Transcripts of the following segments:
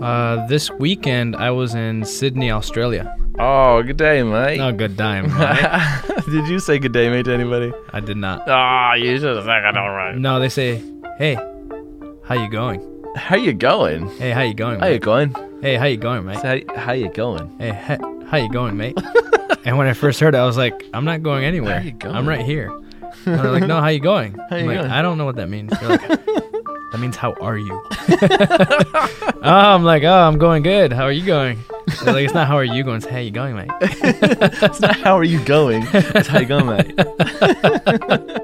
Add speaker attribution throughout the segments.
Speaker 1: Uh, this weekend I was in Sydney, Australia.
Speaker 2: Oh, good day, mate.
Speaker 1: No good dime. Right?
Speaker 2: Did you say good day, mate, to anybody?
Speaker 1: I did not.
Speaker 2: Ah, you should have said good all right.
Speaker 1: No, they say, "Hey, how you going?
Speaker 2: How you going?
Speaker 1: Hey, how you going?
Speaker 2: How you
Speaker 1: Mate?
Speaker 2: going?
Speaker 1: Hey, how you going, mate?
Speaker 2: How, how you going?
Speaker 1: Hey, he- how you going, mate?" and when I first heard it, I was like, "I'm not going anywhere.
Speaker 2: you going?
Speaker 1: I'm right here." And they're like, "No, how you going?" I'm
Speaker 2: you
Speaker 1: like,
Speaker 2: going?
Speaker 1: "I don't know what that means." They're like, that means how are you? oh, I'm like, "Oh, I'm going good. How are you going?" They're like, "It's not how are you going. It's how you going, mate."
Speaker 2: It's not how are you going. It's how you going, mate.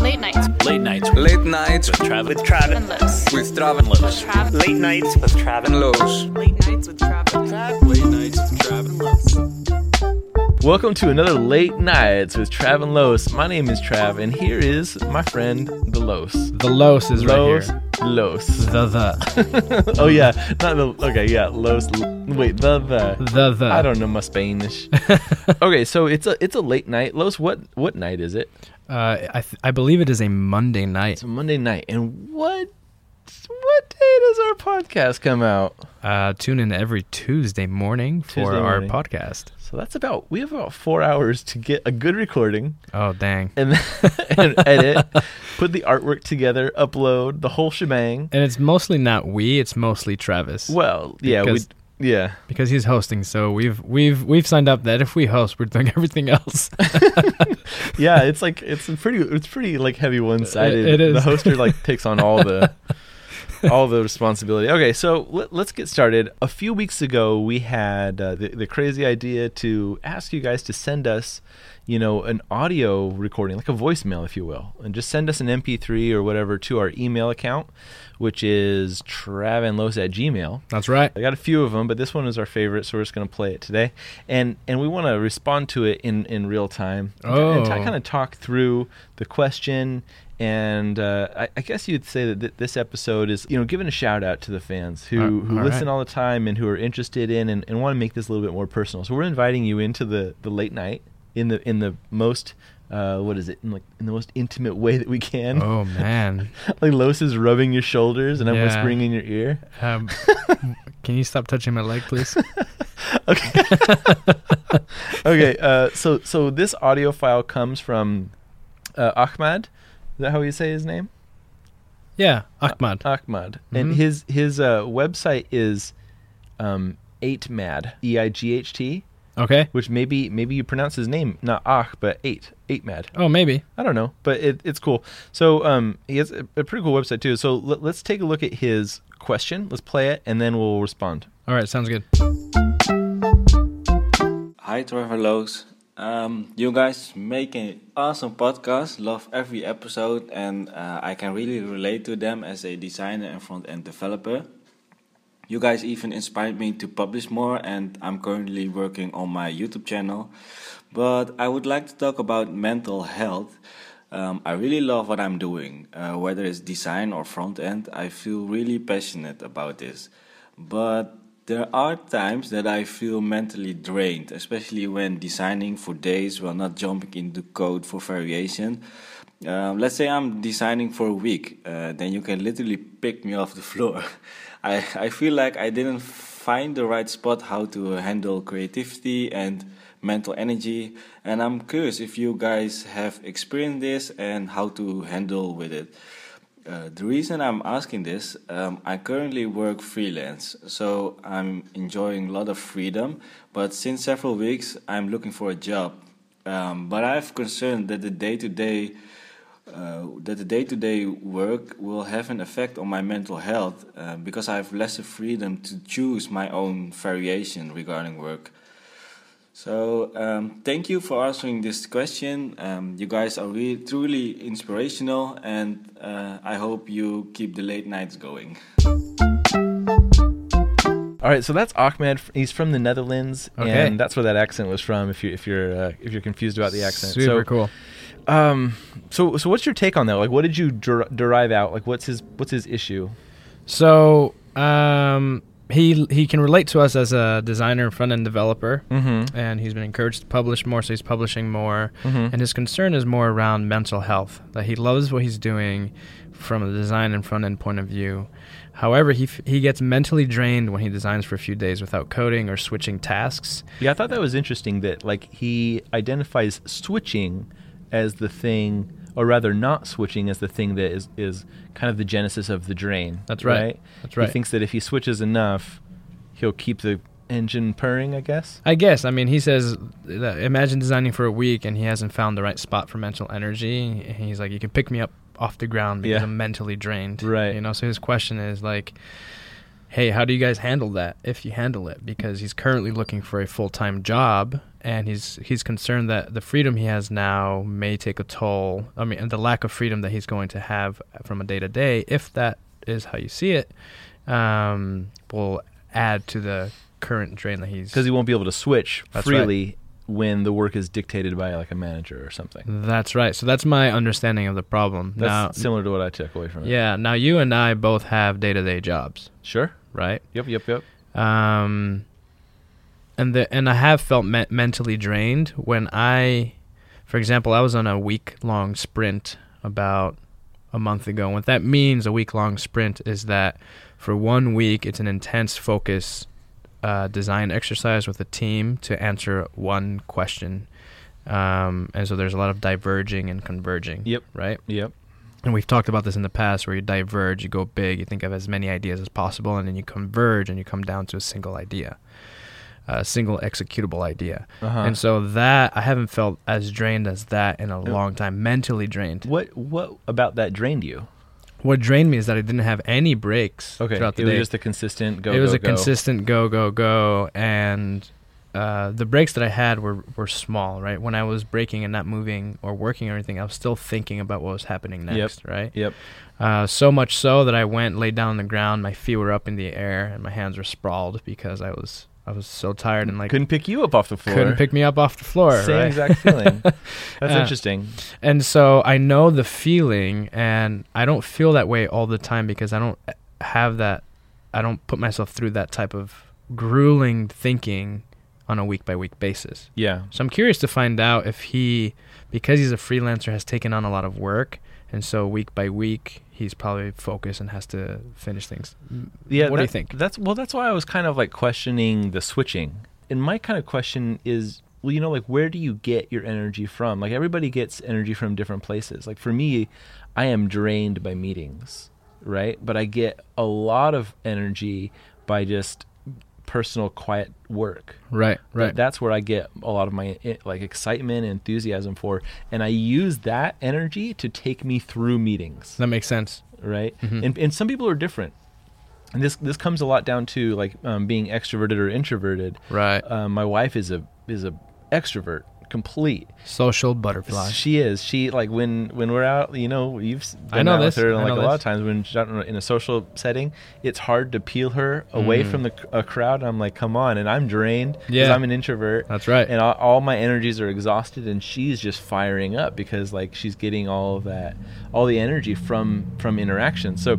Speaker 3: Late nights.
Speaker 4: Late nights
Speaker 5: Late nights
Speaker 4: with Travis.
Speaker 6: with Travis.
Speaker 3: and loose.
Speaker 5: with Trav and Lowe's.
Speaker 3: Trav.
Speaker 6: Late nights with Travis.
Speaker 5: And Lowe's.
Speaker 3: Late nights with Travis.
Speaker 4: Late nights with Travis.
Speaker 2: Welcome to another Late Nights with Trav and Los. My name is Trav, and here is my friend, the Los.
Speaker 1: The los is right
Speaker 2: Los,
Speaker 1: here.
Speaker 2: Los.
Speaker 1: The the
Speaker 2: Oh, yeah. Not the. Okay, yeah. Los. Wait, the, the.
Speaker 1: the the.
Speaker 2: I don't know my Spanish. okay, so it's a it's a late night. Los, what what night is it?
Speaker 1: Uh, I th- I believe it is a Monday night.
Speaker 2: It's a Monday night, and what what day does our podcast come out?
Speaker 1: Uh, tune in every Tuesday morning for
Speaker 2: Tuesday
Speaker 1: our
Speaker 2: morning.
Speaker 1: podcast.
Speaker 2: So that's about we have about four hours to get a good recording
Speaker 1: Oh dang!
Speaker 2: and then and edit, put the artwork together, upload the whole shebang.
Speaker 1: And it's mostly not we; it's mostly Travis
Speaker 2: Well, yeah,
Speaker 1: Because-
Speaker 2: we yeah.
Speaker 1: because he's hosting. So we've we've we've signed up that if we host, we're doing everything else.
Speaker 2: Yeah, it's like it's a pretty it's pretty like heavy one sided.
Speaker 1: It- it
Speaker 2: The
Speaker 1: is.
Speaker 2: hoster like takes on all the all the responsibility. Okay, so let, let's get started. A few weeks ago, we had uh, the, the crazy idea to ask you guys to send us, you know, an audio recording, like a voicemail, if you will, and just send us an MP3 or whatever to our email account, which is travanlos at gmail.
Speaker 1: That's right.
Speaker 2: I got a few of them, but this one is our favorite, so we're just going to play it today, and and we want to respond to it in in real time. and
Speaker 1: Oh.
Speaker 2: kind of talk through the question, and uh, I, I guess you'd say that th- this episode is you know giving a shout out to the fans who
Speaker 1: All-
Speaker 2: who
Speaker 1: all
Speaker 2: listen
Speaker 1: right.
Speaker 2: all the time and who are interested in and, and want to make this a little bit more personal. So we're inviting you into the the late night in the in the most. Uh, what is it in like in the most intimate way that we can?
Speaker 1: Oh man!
Speaker 2: Like Los is rubbing your shoulders, and I'm
Speaker 1: Yeah.
Speaker 2: whispering in your ear.
Speaker 1: Um, can you stop touching my leg, please?
Speaker 2: okay. okay. Uh, so so this audio file comes from uh, Ahmad. Is that how you say his name?
Speaker 1: Yeah, Ahmad.
Speaker 2: Ahmad. And
Speaker 1: Mhm.
Speaker 2: his his uh, website is um, eight mad e i g h t,
Speaker 1: Okay.
Speaker 2: which maybe maybe you pronounce his name not Ach but eight eight mad.
Speaker 1: Oh, maybe.
Speaker 2: I don't know, but it, it's cool. So um, he has a, a pretty cool website too. So let, let's take a look at his question. Let's play it, and then we'll respond.
Speaker 1: All right, sounds good.
Speaker 7: Hi, Trevor Lowe's. Um, you guys make an awesome podcast. Love every episode, and uh, I can really relate to them as a designer and front end developer. You guys even inspired me to publish more, and I'm currently working on my YouTube channel. But I would like to talk about mental health. Um, I really love what I'm doing, uh, whether it's design or front end. I feel really passionate about this. But there are times that I feel mentally drained, especially when designing for days while not jumping into code for variation. Um, let's say I'm designing for a week, uh, then you can literally pick me off the floor. I, I feel like I didn't find the right spot how to handle creativity and mental energy, and I'm curious if you guys have experienced this and how to handle with it. Uh, the reason I'm asking this, um, I currently work freelance, so I'm enjoying a lot of freedom. But since several weeks, I'm looking for a job. Um, but I have concern that the day-to-day uh, that the day-to-day work will have an effect on my mental health uh, because I have less freedom to choose my own variation regarding work. So um, thank you for answering this question. Um, you guys are really truly inspirational, and uh, I hope you keep the late nights going.
Speaker 2: All right, so that's Ahmed. He's from the Netherlands,
Speaker 1: Okay.
Speaker 2: and that's where that accent was from. If you if you're uh, if you're confused about the accent,
Speaker 1: Super
Speaker 2: so,
Speaker 1: cool.
Speaker 2: Um, so so what's your take on that? Like, what did you der- derive out? Like, what's his what's his issue?
Speaker 1: So, um, he he can relate to us as a designer and front end developer,
Speaker 2: Mm-hmm.
Speaker 1: and he's been encouraged to publish more, so he's publishing more.
Speaker 2: Mhm.
Speaker 1: And his concern is more around mental health. That he loves what he's doing from a design and front end point of view. However, he f- he gets mentally drained when he designs for a few days without coding or switching tasks.
Speaker 2: Yeah, I thought that was interesting that like he identifies switching as the thing or rather not switching as the thing that is is kind of the genesis of the drain.
Speaker 1: That's right. That's right.
Speaker 2: He thinks that if he switches enough, he'll keep the engine purring, I guess.
Speaker 1: I guess. I mean, he says, that, imagine designing for a week and he hasn't found the right spot for mental energy. He's like, you can pick me up off the ground because
Speaker 2: Yeah.
Speaker 1: I'm mentally drained.
Speaker 2: Right.
Speaker 1: You know, so his question is like, hey, how do you guys handle that if you handle it? Because he's currently looking for a full time job and he's he's concerned that the freedom he has now may take a toll. I mean, and the lack of freedom that he's going to have from a day to day, if that is how you see it, um, will add to the current drain that he's
Speaker 2: Because he won't be able to switch
Speaker 1: That's right.
Speaker 2: freely when the work is dictated by like a manager or something.
Speaker 1: That's right. So that's my understanding of the problem.
Speaker 2: That's
Speaker 1: now,
Speaker 2: similar to what I took away from it.
Speaker 1: yeah. Now you and I both have day-to-day jobs,
Speaker 2: Sure.
Speaker 1: right?
Speaker 2: Yep, yep, yep.
Speaker 1: Um, and the and I have felt me- mentally drained when I, for example, I was on a week-long sprint about a month ago. And what that means, a week-long sprint, is that for one week it's an intense focus uh, design exercise with a team to answer one question. Um, and so there's a lot of diverging and converging.
Speaker 2: Yep.
Speaker 1: Right
Speaker 2: Yep.
Speaker 1: and we've talked about this in the past where you diverge, you go big, you think of as many ideas as possible, and then you converge and you come down to a single idea, a single executable idea.
Speaker 2: Uh-huh.
Speaker 1: And so that I haven't felt as drained as that in a long time, mentally drained.
Speaker 2: What what about that drained you?
Speaker 1: What drained me is that I didn't have any breaks
Speaker 2: Okay.
Speaker 1: throughout the
Speaker 2: it
Speaker 1: day.
Speaker 2: was just a consistent go.
Speaker 1: it was
Speaker 2: go,
Speaker 1: a
Speaker 2: go.
Speaker 1: consistent go go go and uh, the breaks that I had were, were small, right? When I was breaking and not moving or working or anything, I was still thinking about what was happening
Speaker 2: Yep.
Speaker 1: next, right?
Speaker 2: Yep.
Speaker 1: Uh, so much so that I went, laid down on the ground, my feet were up in the air, and my hands were sprawled because I was I was so tired and like couldn't,
Speaker 2: couldn't pick you up off the floor.
Speaker 1: pick me up off the floor.
Speaker 2: Same
Speaker 1: right?
Speaker 2: exact feeling. That's
Speaker 1: Yeah.
Speaker 2: interesting.
Speaker 1: And so I know the feeling, and I don't feel that way all the time because I don't have that. I don't put myself through that type of grueling thinking on a week by week basis.
Speaker 2: Yeah.
Speaker 1: So I'm curious to find out if he, because he's a freelancer, has taken on a lot of work, and so week by week he's probably focused and has to finish things.
Speaker 2: Yeah.
Speaker 1: What do you
Speaker 2: that-
Speaker 1: think?
Speaker 2: That's well. That's why I was kind of like questioning the switching. And my kind of question is, well, you know, like where do you get your energy from? Like everybody gets energy from different places. Like for me, I am drained by meetings, right? But I get a lot of energy by just personal quiet work.
Speaker 1: Right,
Speaker 2: Th- that's where I get a lot of my eh, like excitement and enthusiasm for, and I use that energy to take me through meetings
Speaker 1: that makes sense.
Speaker 2: right? And, and some people are different. And this this comes a lot down to like um, being extroverted or introverted.
Speaker 1: Right.
Speaker 2: Um, my wife is a is a extrovert, complete.
Speaker 1: Social butterfly.
Speaker 2: She is. She like when when we're out, you know, you've s- been
Speaker 1: I know
Speaker 2: out
Speaker 1: this.
Speaker 2: with her, and
Speaker 1: I
Speaker 2: like
Speaker 1: know
Speaker 2: a lot of
Speaker 1: this.
Speaker 2: times when she's out in a- in a social setting, it's hard to peel her away from the c- a crowd. I'm like, come on, and I'm drained because
Speaker 1: Mm. Yeah.
Speaker 2: I'm an introvert.
Speaker 1: That's right.
Speaker 2: And all, all my energies are exhausted, and she's just firing up because like she's getting all of that, all the energy from from interaction. So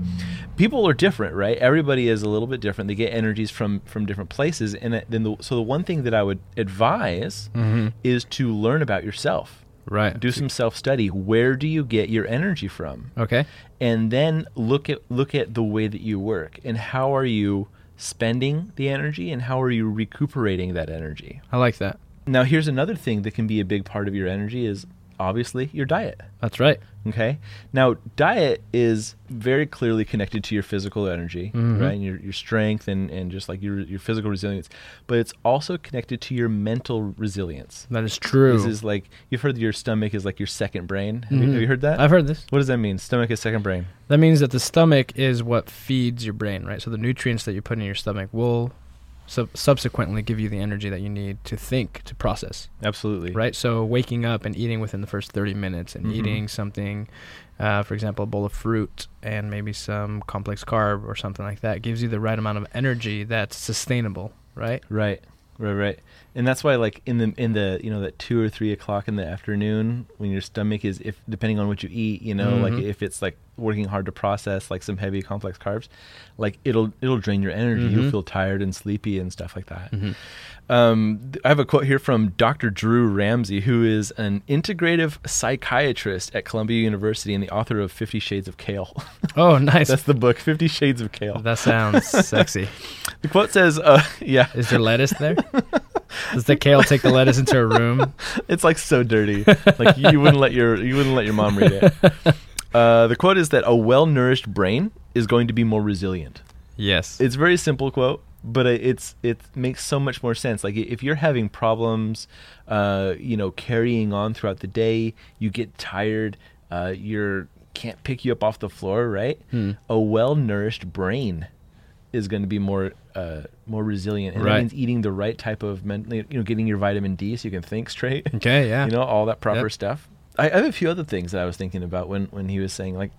Speaker 2: people are different, right? Everybody is a little bit different. They get energies from from different places, and it- then the, so the one thing that I would advise
Speaker 1: Mm-hmm.
Speaker 2: is to learn about yourself
Speaker 1: Right.
Speaker 2: do some self study. Where do you get your energy from?
Speaker 1: Okay.
Speaker 2: And then look at look at the way that you work and how are you spending the energy and how are you recuperating that energy?
Speaker 1: I like that.
Speaker 2: Now here's another thing that can be a big part of your energy is obviously your diet.
Speaker 1: That's right.
Speaker 2: Okay. Now, diet is very clearly connected to your physical energy, right? And your, your strength and, and just like your, your physical resilience, but it's also connected to your mental resilience.
Speaker 1: That is true. Mm-hmm.
Speaker 2: This is like, you've heard your stomach is like your second brain. Have, you, have you heard that?
Speaker 1: I've heard this.
Speaker 2: What does that mean? Stomach is second brain.
Speaker 1: That means that the stomach is what feeds your brain, right? So the nutrients that you put in your stomach will sub- subsequently give you the energy that you need to think, to process,
Speaker 2: Absolutely.
Speaker 1: right? So waking up and eating within the first 30 minutes
Speaker 2: Mm-hmm.
Speaker 1: and eating something, uh, for example, a bowl of fruit and maybe some complex carb or something like that gives you the right amount of energy that's sustainable, right?
Speaker 2: Right. Right. Right. And that's why, like in the in the you know that two Mm-hmm. or three o'clock in the afternoon, when your stomach is if depending on what you eat, you know, like if it's like working hard to process like some heavy complex carbs, like it'll it'll drain your energy. You'll feel tired and sleepy and stuff like that. Um, th- I have a quote here from Dr. Drew Ramsey, who is an integrative psychiatrist at Columbia University and the author of Fifty Shades of Kale.
Speaker 1: Oh, nice.
Speaker 2: That's the book, Fifty Shades of Kale.
Speaker 1: that sounds sexy.
Speaker 2: The quote says, uh, "Yeah,
Speaker 1: Is there lettuce there? Does the kale take the lettuce into a room?
Speaker 2: it's like so dirty. Like you wouldn't let your you wouldn't let your mom read it." Uh, the quote is that a well-nourished brain is going to be more resilient.
Speaker 1: Yes.
Speaker 2: It's a very simple quote, but it- it's it makes so much more sense. Like if you're having problems, uh, you know, carrying on throughout the day, you get tired, uh, you're can't pick you up off the floor, right? A well-nourished brain is going to be more uh, more resilient, and that
Speaker 1: Right.
Speaker 2: means eating the right type of men- you know, getting your vitamin D so you can think straight
Speaker 1: okay, yeah.
Speaker 2: you know all that proper
Speaker 1: Yep.
Speaker 2: stuff I, I have a few other things that i was thinking about when when he was saying like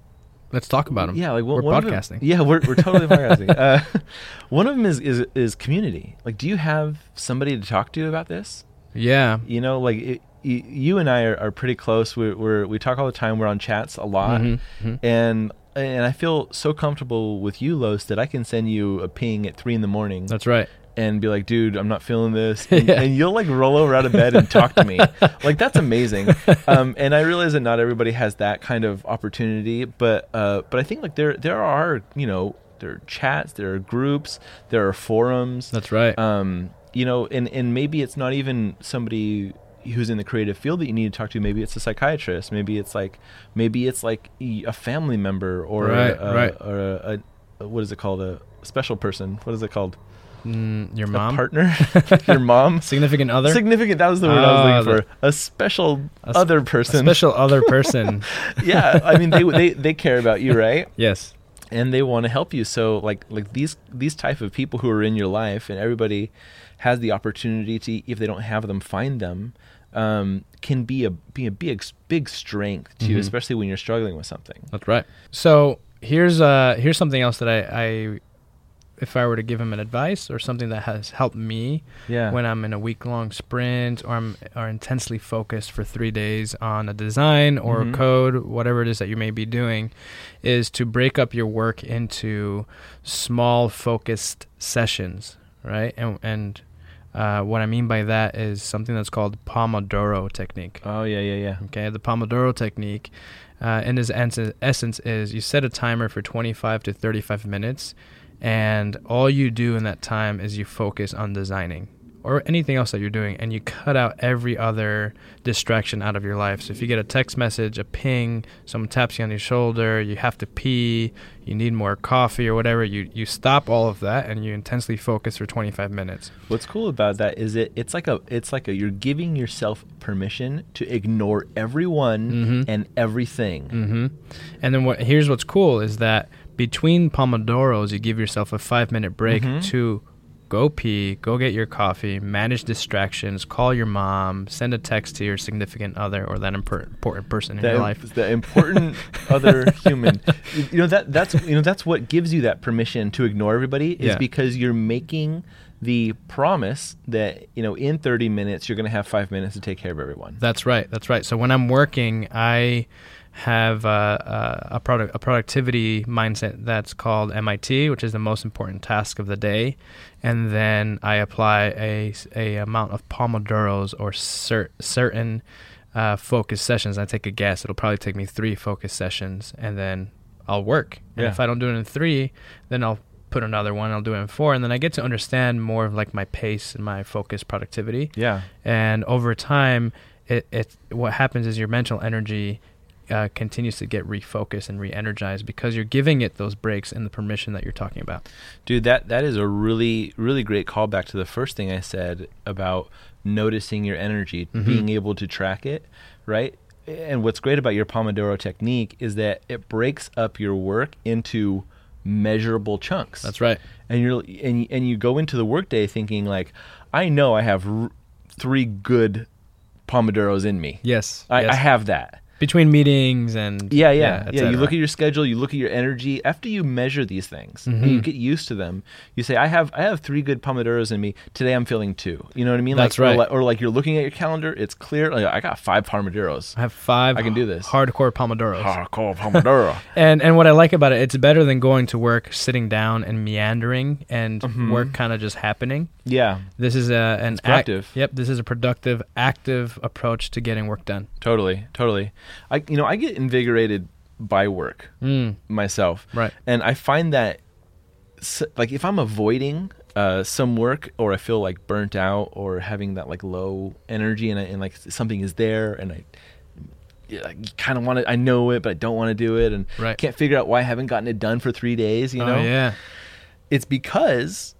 Speaker 1: Let's talk about them.
Speaker 2: yeah like one,
Speaker 1: we're
Speaker 2: one of them-
Speaker 1: podcasting.
Speaker 2: yeah we're, we're totally podcasting uh, one of them is, is is community like do you have somebody to talk to about this
Speaker 1: yeah.
Speaker 2: you know like it, y- you and i are, are pretty close we're, we're we talk all the time we're on chats a lot
Speaker 1: Mm-hmm,
Speaker 2: and and i feel so comfortable with you los that i can send you a ping at three in the morning
Speaker 1: That's right.
Speaker 2: and be like, dude, I'm not feeling this. And,
Speaker 1: Yeah.
Speaker 2: and you'll like roll over out of bed and talk to me. like, that's amazing. Um, and I realize that not everybody has that kind of opportunity, but, uh, but I think like there, there are, you know, there are chats, there are groups, there are forums.
Speaker 1: That's right.
Speaker 2: Um, you know, and, and maybe it's not even somebody who's in the creative field that you need to talk to. Maybe it's a psychiatrist. Maybe it's like, maybe it's like e- a family member or,
Speaker 1: Right,
Speaker 2: a,
Speaker 1: right.
Speaker 2: or a, a, what is it called? A special person. What is it called?
Speaker 1: Mm, your
Speaker 2: a
Speaker 1: mom,
Speaker 2: partner, your mom,
Speaker 1: significant other,
Speaker 2: significant. That was the word I was
Speaker 1: Ah,
Speaker 2: looking for. A special
Speaker 1: A s-
Speaker 2: other
Speaker 1: A
Speaker 2: person.
Speaker 1: special other person.
Speaker 2: yeah, I mean they they they care about you, right?
Speaker 1: yes.
Speaker 2: And they want to help you. So like like these these type of people who are in your life, and everybody has the opportunity to if they don't have them, find them. Um, can be a be a big big strength to you, especially when you're struggling with something.
Speaker 1: That's right. So here's uh here's something else that I, I if I were to give him an advice or something that has helped me
Speaker 2: Yeah.
Speaker 1: when I'm in a week long sprint or I'm are intensely focused for three days on a design or
Speaker 2: Mhm.
Speaker 1: code, whatever it is that you may be doing, is to break up your work into small focused sessions, right? And and uh, what I mean by that is something that's called Pomodoro technique.
Speaker 2: Oh yeah yeah yeah.
Speaker 1: Okay, the Pomodoro technique, uh, in its ens- essence, is you set a timer for 25 to 35 minutes, and all you do in that time is you focus on designing or anything else that you're doing, and you cut out every other distraction out of your life. So if you get a text message, a ping, someone taps you on your shoulder, you have to pee, you need more coffee or whatever, you you stop all of that and you intensely focus for 25 minutes.
Speaker 2: What's cool about that is it it's like a it's like a you're giving yourself permission to ignore everyone
Speaker 1: Mm-hmm.
Speaker 2: and everything.
Speaker 1: hmm And then what? Here's what's cool is that between pomodoros, you give yourself a five minute break to go pee, go get your coffee, manage distractions, call your mom, send a text to your significant other or that impor- important person in
Speaker 2: The,
Speaker 1: your life.
Speaker 2: the important other human. You know that that's you know that's what gives you that permission to ignore everybody is
Speaker 1: Yeah.
Speaker 2: because you're making the promise that you know in 30 minutes you're going to have 5 minutes to take care of everyone.
Speaker 1: That's right. That's right. So when I'm working, I have uh, uh, a product a productivity mindset that's called MIT, which is the most important task of the day, and then I apply a, s- a amount of pomodoros or cer- certain uh, focus sessions. I take a guess; it'll probably take me three focus sessions, and then I'll work. And
Speaker 2: Yeah.
Speaker 1: if I don't do it in three, then I'll put another one. I'll do it in four, and then I get to understand more of like my pace and my focus productivity
Speaker 2: Yeah.
Speaker 1: and over time it, it what happens is your mental energy uh, continues to get refocused and re-energized because you're giving it those breaks and the permission that you're talking about
Speaker 2: Dude, that that is a really really great callback to the first thing I said about noticing your energy,
Speaker 1: Mm-hmm.
Speaker 2: being able to track it, right? And what's great about your Pomodoro technique is that it breaks up your work into measurable chunks.
Speaker 1: that's right
Speaker 2: And you're and and you go into the workday thinking like, I know I have r- three good Pomodoros in me.
Speaker 1: yes
Speaker 2: I,
Speaker 1: yes.
Speaker 2: I have that.
Speaker 1: between meetings and
Speaker 2: Yeah, yeah,
Speaker 1: et
Speaker 2: yeah. you
Speaker 1: cetera.
Speaker 2: look at your schedule, you look at your energy. After you measure these things, and you
Speaker 1: Mhm.
Speaker 2: get used to them. You say, "I have, I have three good pomodoros in me today. I'm feeling two. You know what I mean?
Speaker 1: That's
Speaker 2: like, or
Speaker 1: right.
Speaker 2: li- Or, like you're looking at your calendar. It's clear. Like, I got five pomodoros.
Speaker 1: I have five.
Speaker 2: I can do this.
Speaker 1: Hardcore pomodoros.
Speaker 2: Hardcore pomodoro.
Speaker 1: And and what I like about it, it's better than going to work, sitting down and meandering, and
Speaker 2: Mm-hmm.
Speaker 1: work kind of just happening.
Speaker 2: yeah,
Speaker 1: This is a an act-
Speaker 2: productive.
Speaker 1: yep, this is a productive, active approach to getting work done.
Speaker 2: totally, totally. I, you know, I get invigorated by work
Speaker 1: Mm,
Speaker 2: myself.
Speaker 1: right.
Speaker 2: And I find that, s- like, if I'm avoiding uh, some work or I feel like burnt out or having that like low energy and, I, and like something is there and I, yeah, I kind of want to, I know it, but I don't want to do it and
Speaker 1: Right.
Speaker 2: can't figure out why I haven't gotten it done for three days, you know?
Speaker 1: oh yeah.
Speaker 2: It's because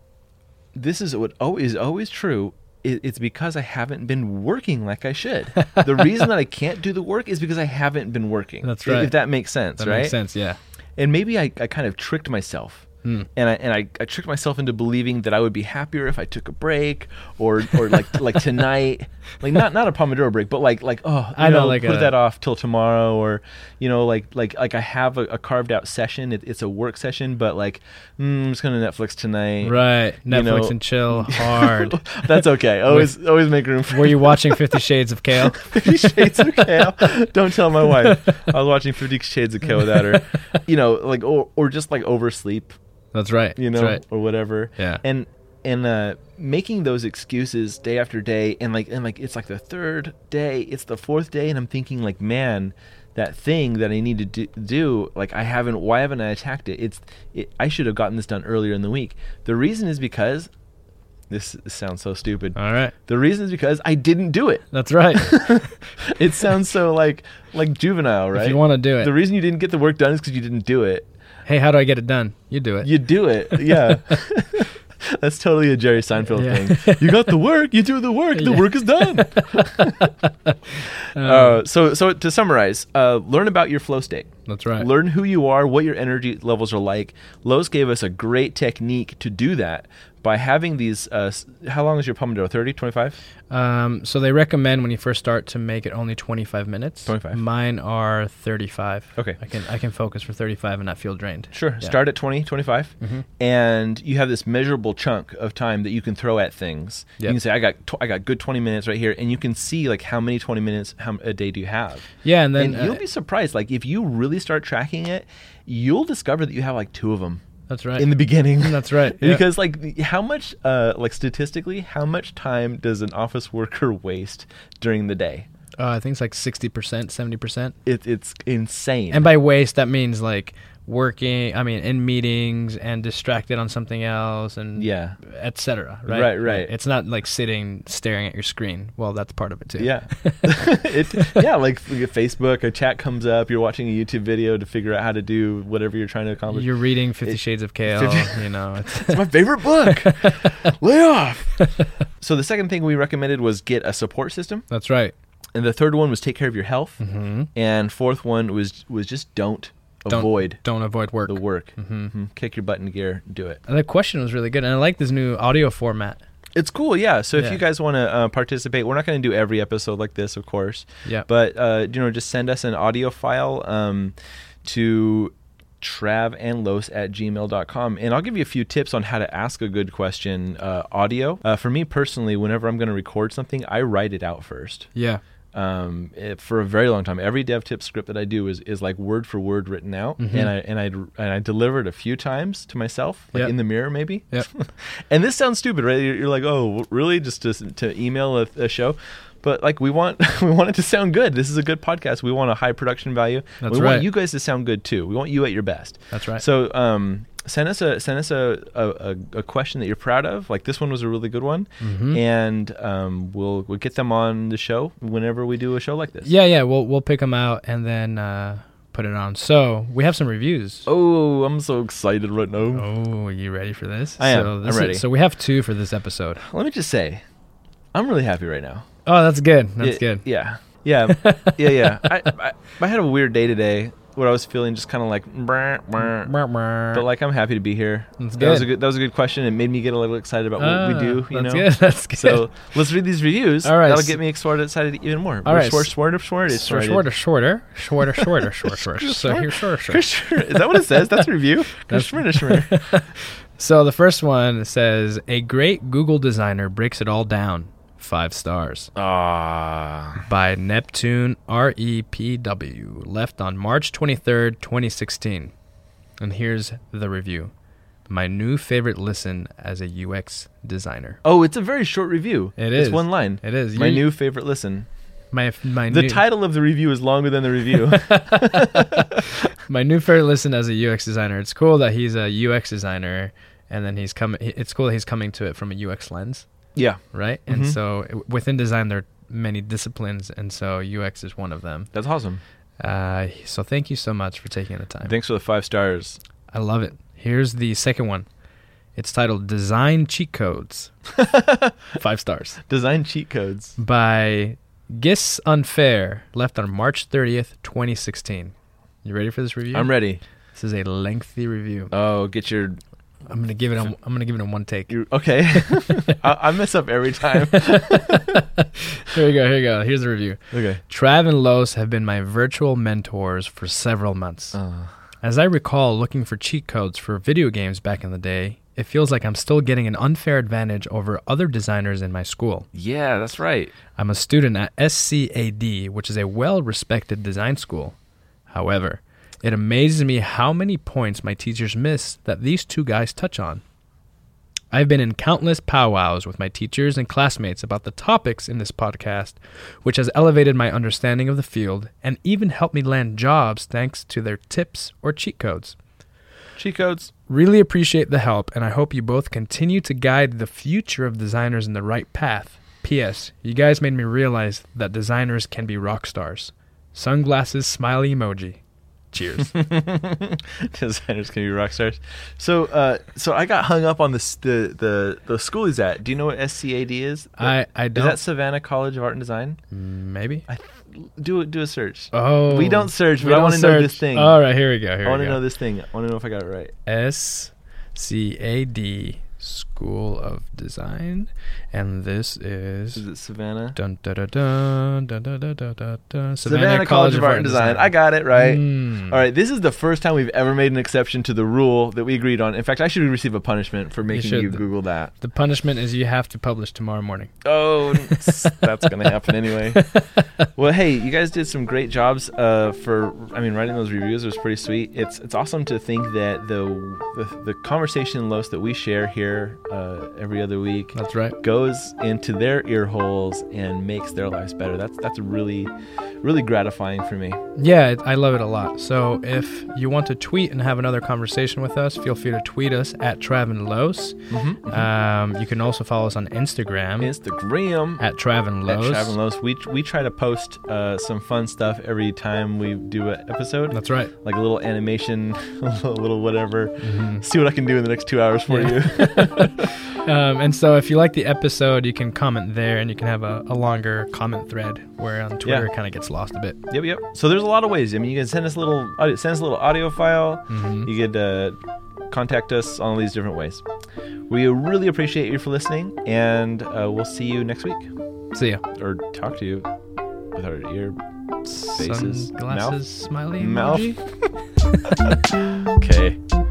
Speaker 2: this is what al- is always true. i- It's because I haven't been working like I should. the reason that I can't do the work is because I haven't been working.
Speaker 1: That's
Speaker 2: i-
Speaker 1: right.
Speaker 2: If that makes sense,
Speaker 1: That
Speaker 2: right?
Speaker 1: makes sense. Yeah.
Speaker 2: and maybe I, I kind of tricked myself.
Speaker 1: Hmm.
Speaker 2: And I and I, I tricked myself into believing that I would be happier if I took a break or or like like tonight, like not not a Pomodoro break, but like like oh you
Speaker 1: I know, like
Speaker 2: put
Speaker 1: a-
Speaker 2: that off till tomorrow or you know like like like I have a, a carved out session. It, it's a work session, but like mm, I'm just gonna Netflix tonight.
Speaker 1: Right. Netflix
Speaker 2: know-
Speaker 1: and chill hard.
Speaker 2: That's okay. Always always make room for
Speaker 1: Were you watching Fifty Shades of Kale?
Speaker 2: Fifty Shades of Kale. Don't tell my wife. I was watching Fifty Shades of Kale without her. You know, like or or just like oversleep
Speaker 1: That's right.
Speaker 2: you know,
Speaker 1: That's right.
Speaker 2: or whatever.
Speaker 1: Yeah.
Speaker 2: And and uh, making those excuses day after day, and like and like it's like the third day, it's the fourth day, and I'm thinking like, man, that thing that I need to do, do like I haven't. Why haven't I attacked it? It's it, I should have gotten this done earlier in the week. The reason is because this sounds so stupid.
Speaker 1: All right.
Speaker 2: the reason is because I didn't do it.
Speaker 1: That's right.
Speaker 2: It sounds so like like juvenile, right?
Speaker 1: If you want to do it,
Speaker 2: the reason you didn't get the work done is because you didn't do it.
Speaker 1: hey, how do I get it done? You do it.
Speaker 2: You do it. Yeah. That's totally a Jerry Seinfeld
Speaker 1: Yeah.
Speaker 2: thing. You got the work, you do the work, the
Speaker 1: Yeah.
Speaker 2: work is done. uh, so, so to summarize, uh, learn about your flow state.
Speaker 1: That's right.
Speaker 2: Learn who you are, what your energy levels are like. Lowe's gave us a great technique to do that by having these. Uh, s- how long is your Pomodoro? 30, 25?
Speaker 1: Um, so they recommend when you first start to make it only 25 minutes.
Speaker 2: 25.
Speaker 1: Mine are 35.
Speaker 2: Okay.
Speaker 1: I can I can focus for 35 and not feel drained.
Speaker 2: Sure.
Speaker 1: Yeah. Mm-hmm.
Speaker 2: Start at 20, 25. And you have this measurable chunk of time that you can throw at things. You
Speaker 1: Yep.
Speaker 2: can say, I got, tw- I got good 20 minutes right here. And you can see like how many 20 minutes how m- a day do you have.
Speaker 1: Yeah, and then
Speaker 2: and you'll
Speaker 1: uh,
Speaker 2: be surprised. Like if you really start tracking it, you'll discover that you have like two of them
Speaker 1: that's right.
Speaker 2: in the beginning.
Speaker 1: That's right, yeah.
Speaker 2: because like how much, uh, like statistically, how much time does an office worker waste during the day?
Speaker 1: uh, I think it's like 60 percent, 70 percent.
Speaker 2: It, it's insane.
Speaker 1: And by waste, that means like working. I mean, in meetings and distracted on something else, and
Speaker 2: Yeah.
Speaker 1: etc. Right,
Speaker 2: Right, right.
Speaker 1: It's not like sitting staring at your screen. Well, that's part of it too.
Speaker 2: Yeah. it, yeah, like f- your Facebook, a chat comes up, you're watching a YouTube video to figure out how to do whatever you're trying to accomplish.
Speaker 1: You're reading Fifty
Speaker 2: It-
Speaker 1: Shades of Kale. you know, it's,
Speaker 2: it's my favorite book. Lay off. so the second thing we recommended was get a support system,
Speaker 1: that's right.
Speaker 2: and the third one was take care of your health, and fourth one was was just don't,
Speaker 1: Mm-hmm. Don't Mm-hmm.
Speaker 2: avoid
Speaker 1: Don't avoid work.
Speaker 2: the work. Mhm. Kick your butt in gear, do it.
Speaker 1: And the question was really good, and I like this new audio format.
Speaker 2: It's cool, yeah. So if
Speaker 1: Yeah.
Speaker 2: you guys want to uh, participate, we're not going to do every episode like this, of course.
Speaker 1: Yeah.
Speaker 2: But uh, you know, just send us an audio file um, to travandlos at gmail.com and i'll give you a few tips on how to ask a good question uh, audio uh, for me personally whenever i'm going to record something i write it out first
Speaker 1: Yeah.
Speaker 2: um, it- for a very long time. Every dev tip script that I do is, is like word for word written out,
Speaker 1: Mm-hmm.
Speaker 2: and I and I and I deliver it a few times to myself, like
Speaker 1: Yep.
Speaker 2: in the mirror maybe.
Speaker 1: Yep.
Speaker 2: and this sounds stupid, right? You're, you're like, oh, really? Just to, to email a, a show. But like we want, we want it to sound good. This is a good podcast. We want a high production value.
Speaker 1: That's
Speaker 2: we
Speaker 1: right.
Speaker 2: want you guys to sound good too. We want you at your best.
Speaker 1: That's right.
Speaker 2: So um, send us a send us a, a, a, a question that you're proud of. Like this one was a really good one,
Speaker 1: Mm-hmm.
Speaker 2: and um, we'll we'll get them on the show whenever we do a show like this.
Speaker 1: Yeah, yeah. We'll we'll pick them out and then uh, put it on. So we have some reviews.
Speaker 2: Oh, I'm so excited right now.
Speaker 1: Oh, are you ready for this?
Speaker 2: I am.
Speaker 1: So
Speaker 2: I'm
Speaker 1: this is-
Speaker 2: ready.
Speaker 1: so we have two for this episode.
Speaker 2: Let me just say, I'm really happy right now.
Speaker 1: Oh, that's good. That's
Speaker 2: Yeah,
Speaker 1: good.
Speaker 2: Yeah. Yeah. Yeah. Yeah. I, I, I had a weird day today. where I was feeling just kind of like, "Brr, brr." but like I'm happy to be here.
Speaker 1: That's
Speaker 2: That was a
Speaker 1: good.
Speaker 2: good that was a good question. It made me get a little excited about what we do. You
Speaker 1: Ah, that's
Speaker 2: know.
Speaker 1: good. That's good.
Speaker 2: So let's read these reviews.
Speaker 1: All right,
Speaker 2: That'll
Speaker 1: s-
Speaker 2: get me excited, excited even more.
Speaker 1: All right,
Speaker 2: Short,
Speaker 1: s-
Speaker 2: shorter, shorter,
Speaker 1: Shorter, shorter, shorter, shorter, shorter, shorter, shorter. So
Speaker 2: Short-
Speaker 1: here, shorter, shorter.
Speaker 2: Krishna, is that what it says? That's a review.
Speaker 1: That's-
Speaker 2: Krishna, Krishna.
Speaker 1: So the first one says a great Google designer breaks it all down. Five stars
Speaker 2: Ah,
Speaker 1: by Neptune REPW, left on March 23rd, 2016. And here's the review. My new favorite listen as a UX designer.
Speaker 2: oh, it's a very short review.
Speaker 1: It
Speaker 2: it's
Speaker 1: is.
Speaker 2: one line.
Speaker 1: It is.
Speaker 2: my
Speaker 1: You-
Speaker 2: new favorite. Listen,
Speaker 1: My my
Speaker 2: the
Speaker 1: new,
Speaker 2: title of the review is longer than the review.
Speaker 1: my new favorite listen as a UX designer. It's cool that he's a UX designer, and then he's coming. It's cool that he's coming to it from a UX lens,
Speaker 2: yeah,
Speaker 1: right? And so w- within design, there are many disciplines, and so UX is one of them.
Speaker 2: that's awesome.
Speaker 1: Uh, so thank you so much for taking the time.
Speaker 2: Thanks for the five stars.
Speaker 1: I love it. Here's the second one. It's titled "Design Cheat Codes," five stars
Speaker 2: Design cheat codes.
Speaker 1: by Gis Unfair, left on March 30th, 2016. You ready for this review?
Speaker 2: I'm ready.
Speaker 1: This is a lengthy review.
Speaker 2: Oh, get your
Speaker 1: I'm gonna give it. A, I'm gonna give it a one take.
Speaker 2: You okay? I, I mess up every time.
Speaker 1: Here you go. Here you go. Here's the review.
Speaker 2: Okay.
Speaker 1: Trav and Los have been my virtual mentors for several months.
Speaker 2: Uh.
Speaker 1: As I recall looking for cheat codes for video games back in the day, it feels like I'm still getting an unfair advantage over other designers in my school.
Speaker 2: Yeah, that's right.
Speaker 1: I'm a student at SCAD, which is a well respected design school. However, it amazes me how many points my teachers miss that these two guys touch on. I've been in countless powwows with my teachers and classmates about the topics in this podcast, which has elevated my understanding of the field and even helped me land jobs thanks to their tips or cheat codes.
Speaker 2: Cheat codes.
Speaker 1: Really appreciate the help, and I hope you both continue to guide the future of designers in the right path. P.S. You guys made me realize that designers can be rock stars. Sunglasses, smiley emoji. Cheers.
Speaker 2: Designers can be rock stars. So, uh, so I got hung up on this the the the school he's at. Do you know what SCAD is?
Speaker 1: I- I
Speaker 2: Is
Speaker 1: don't.
Speaker 2: that Savannah College of Art and Design?
Speaker 1: Maybe.
Speaker 2: I th- do a- do a search.
Speaker 1: Oh,
Speaker 2: we don't search,
Speaker 1: we
Speaker 2: but I
Speaker 1: don't
Speaker 2: want to know this
Speaker 1: search.
Speaker 2: thing.
Speaker 1: All right, here we go. Here
Speaker 2: I want
Speaker 1: we
Speaker 2: to
Speaker 1: go.
Speaker 2: know this thing. I want to know if I got it right.
Speaker 1: S C A D School of Design, and this is
Speaker 2: Is it Savannah?
Speaker 1: dun dun dun dun dun dun dun dun. dun, dun. Savannah,
Speaker 2: I got it right.
Speaker 1: Mm.
Speaker 2: All right, this is the first time we've ever made an exception to the rule that we agreed on. In fact, I should receive a punishment for making you,
Speaker 1: should.
Speaker 2: Google that.
Speaker 1: The punishment is you have to publish tomorrow morning.
Speaker 2: Oh, s- that's gonna happen anyway. Well, hey, you guys did some great jobs. Uh, for I mean, writing those reviews was pretty sweet. It's it's awesome to think that the the, the conversation los that we share here uh, every other week
Speaker 1: That's right.
Speaker 2: goes into their ear holes and makes their lives better. That's that's really really gratifying for me.
Speaker 1: Yeah, it- I love it a lot. So if you want to tweet and have another conversation with us, feel free to tweet us at Travin Los. Um, you can also follow us on Instagram
Speaker 2: Instagram.
Speaker 1: at Travin
Speaker 2: At
Speaker 1: Los.
Speaker 2: Traveling Los, we we try to post uh, some fun stuff every time we do an episode.
Speaker 1: That's right.
Speaker 2: like a little animation, a little whatever. See what I can do in the next two hours for you.
Speaker 1: Um, and so if you like the episode, you can comment there and you can have a, a longer comment thread where on Twitter
Speaker 2: Yeah.
Speaker 1: it kind of gets lost a bit.
Speaker 2: yep, yep. So there's a lot of ways. I mean, you can send us a little audio, send us a little audio file. You could uh, contact us on all these different ways. We really appreciate you for listening, and uh, we'll see you next week
Speaker 1: See ya.
Speaker 2: or talk to you with our ear. Faces,
Speaker 1: Sunglasses, smiley
Speaker 2: mouth.
Speaker 1: emoji.
Speaker 2: Okay.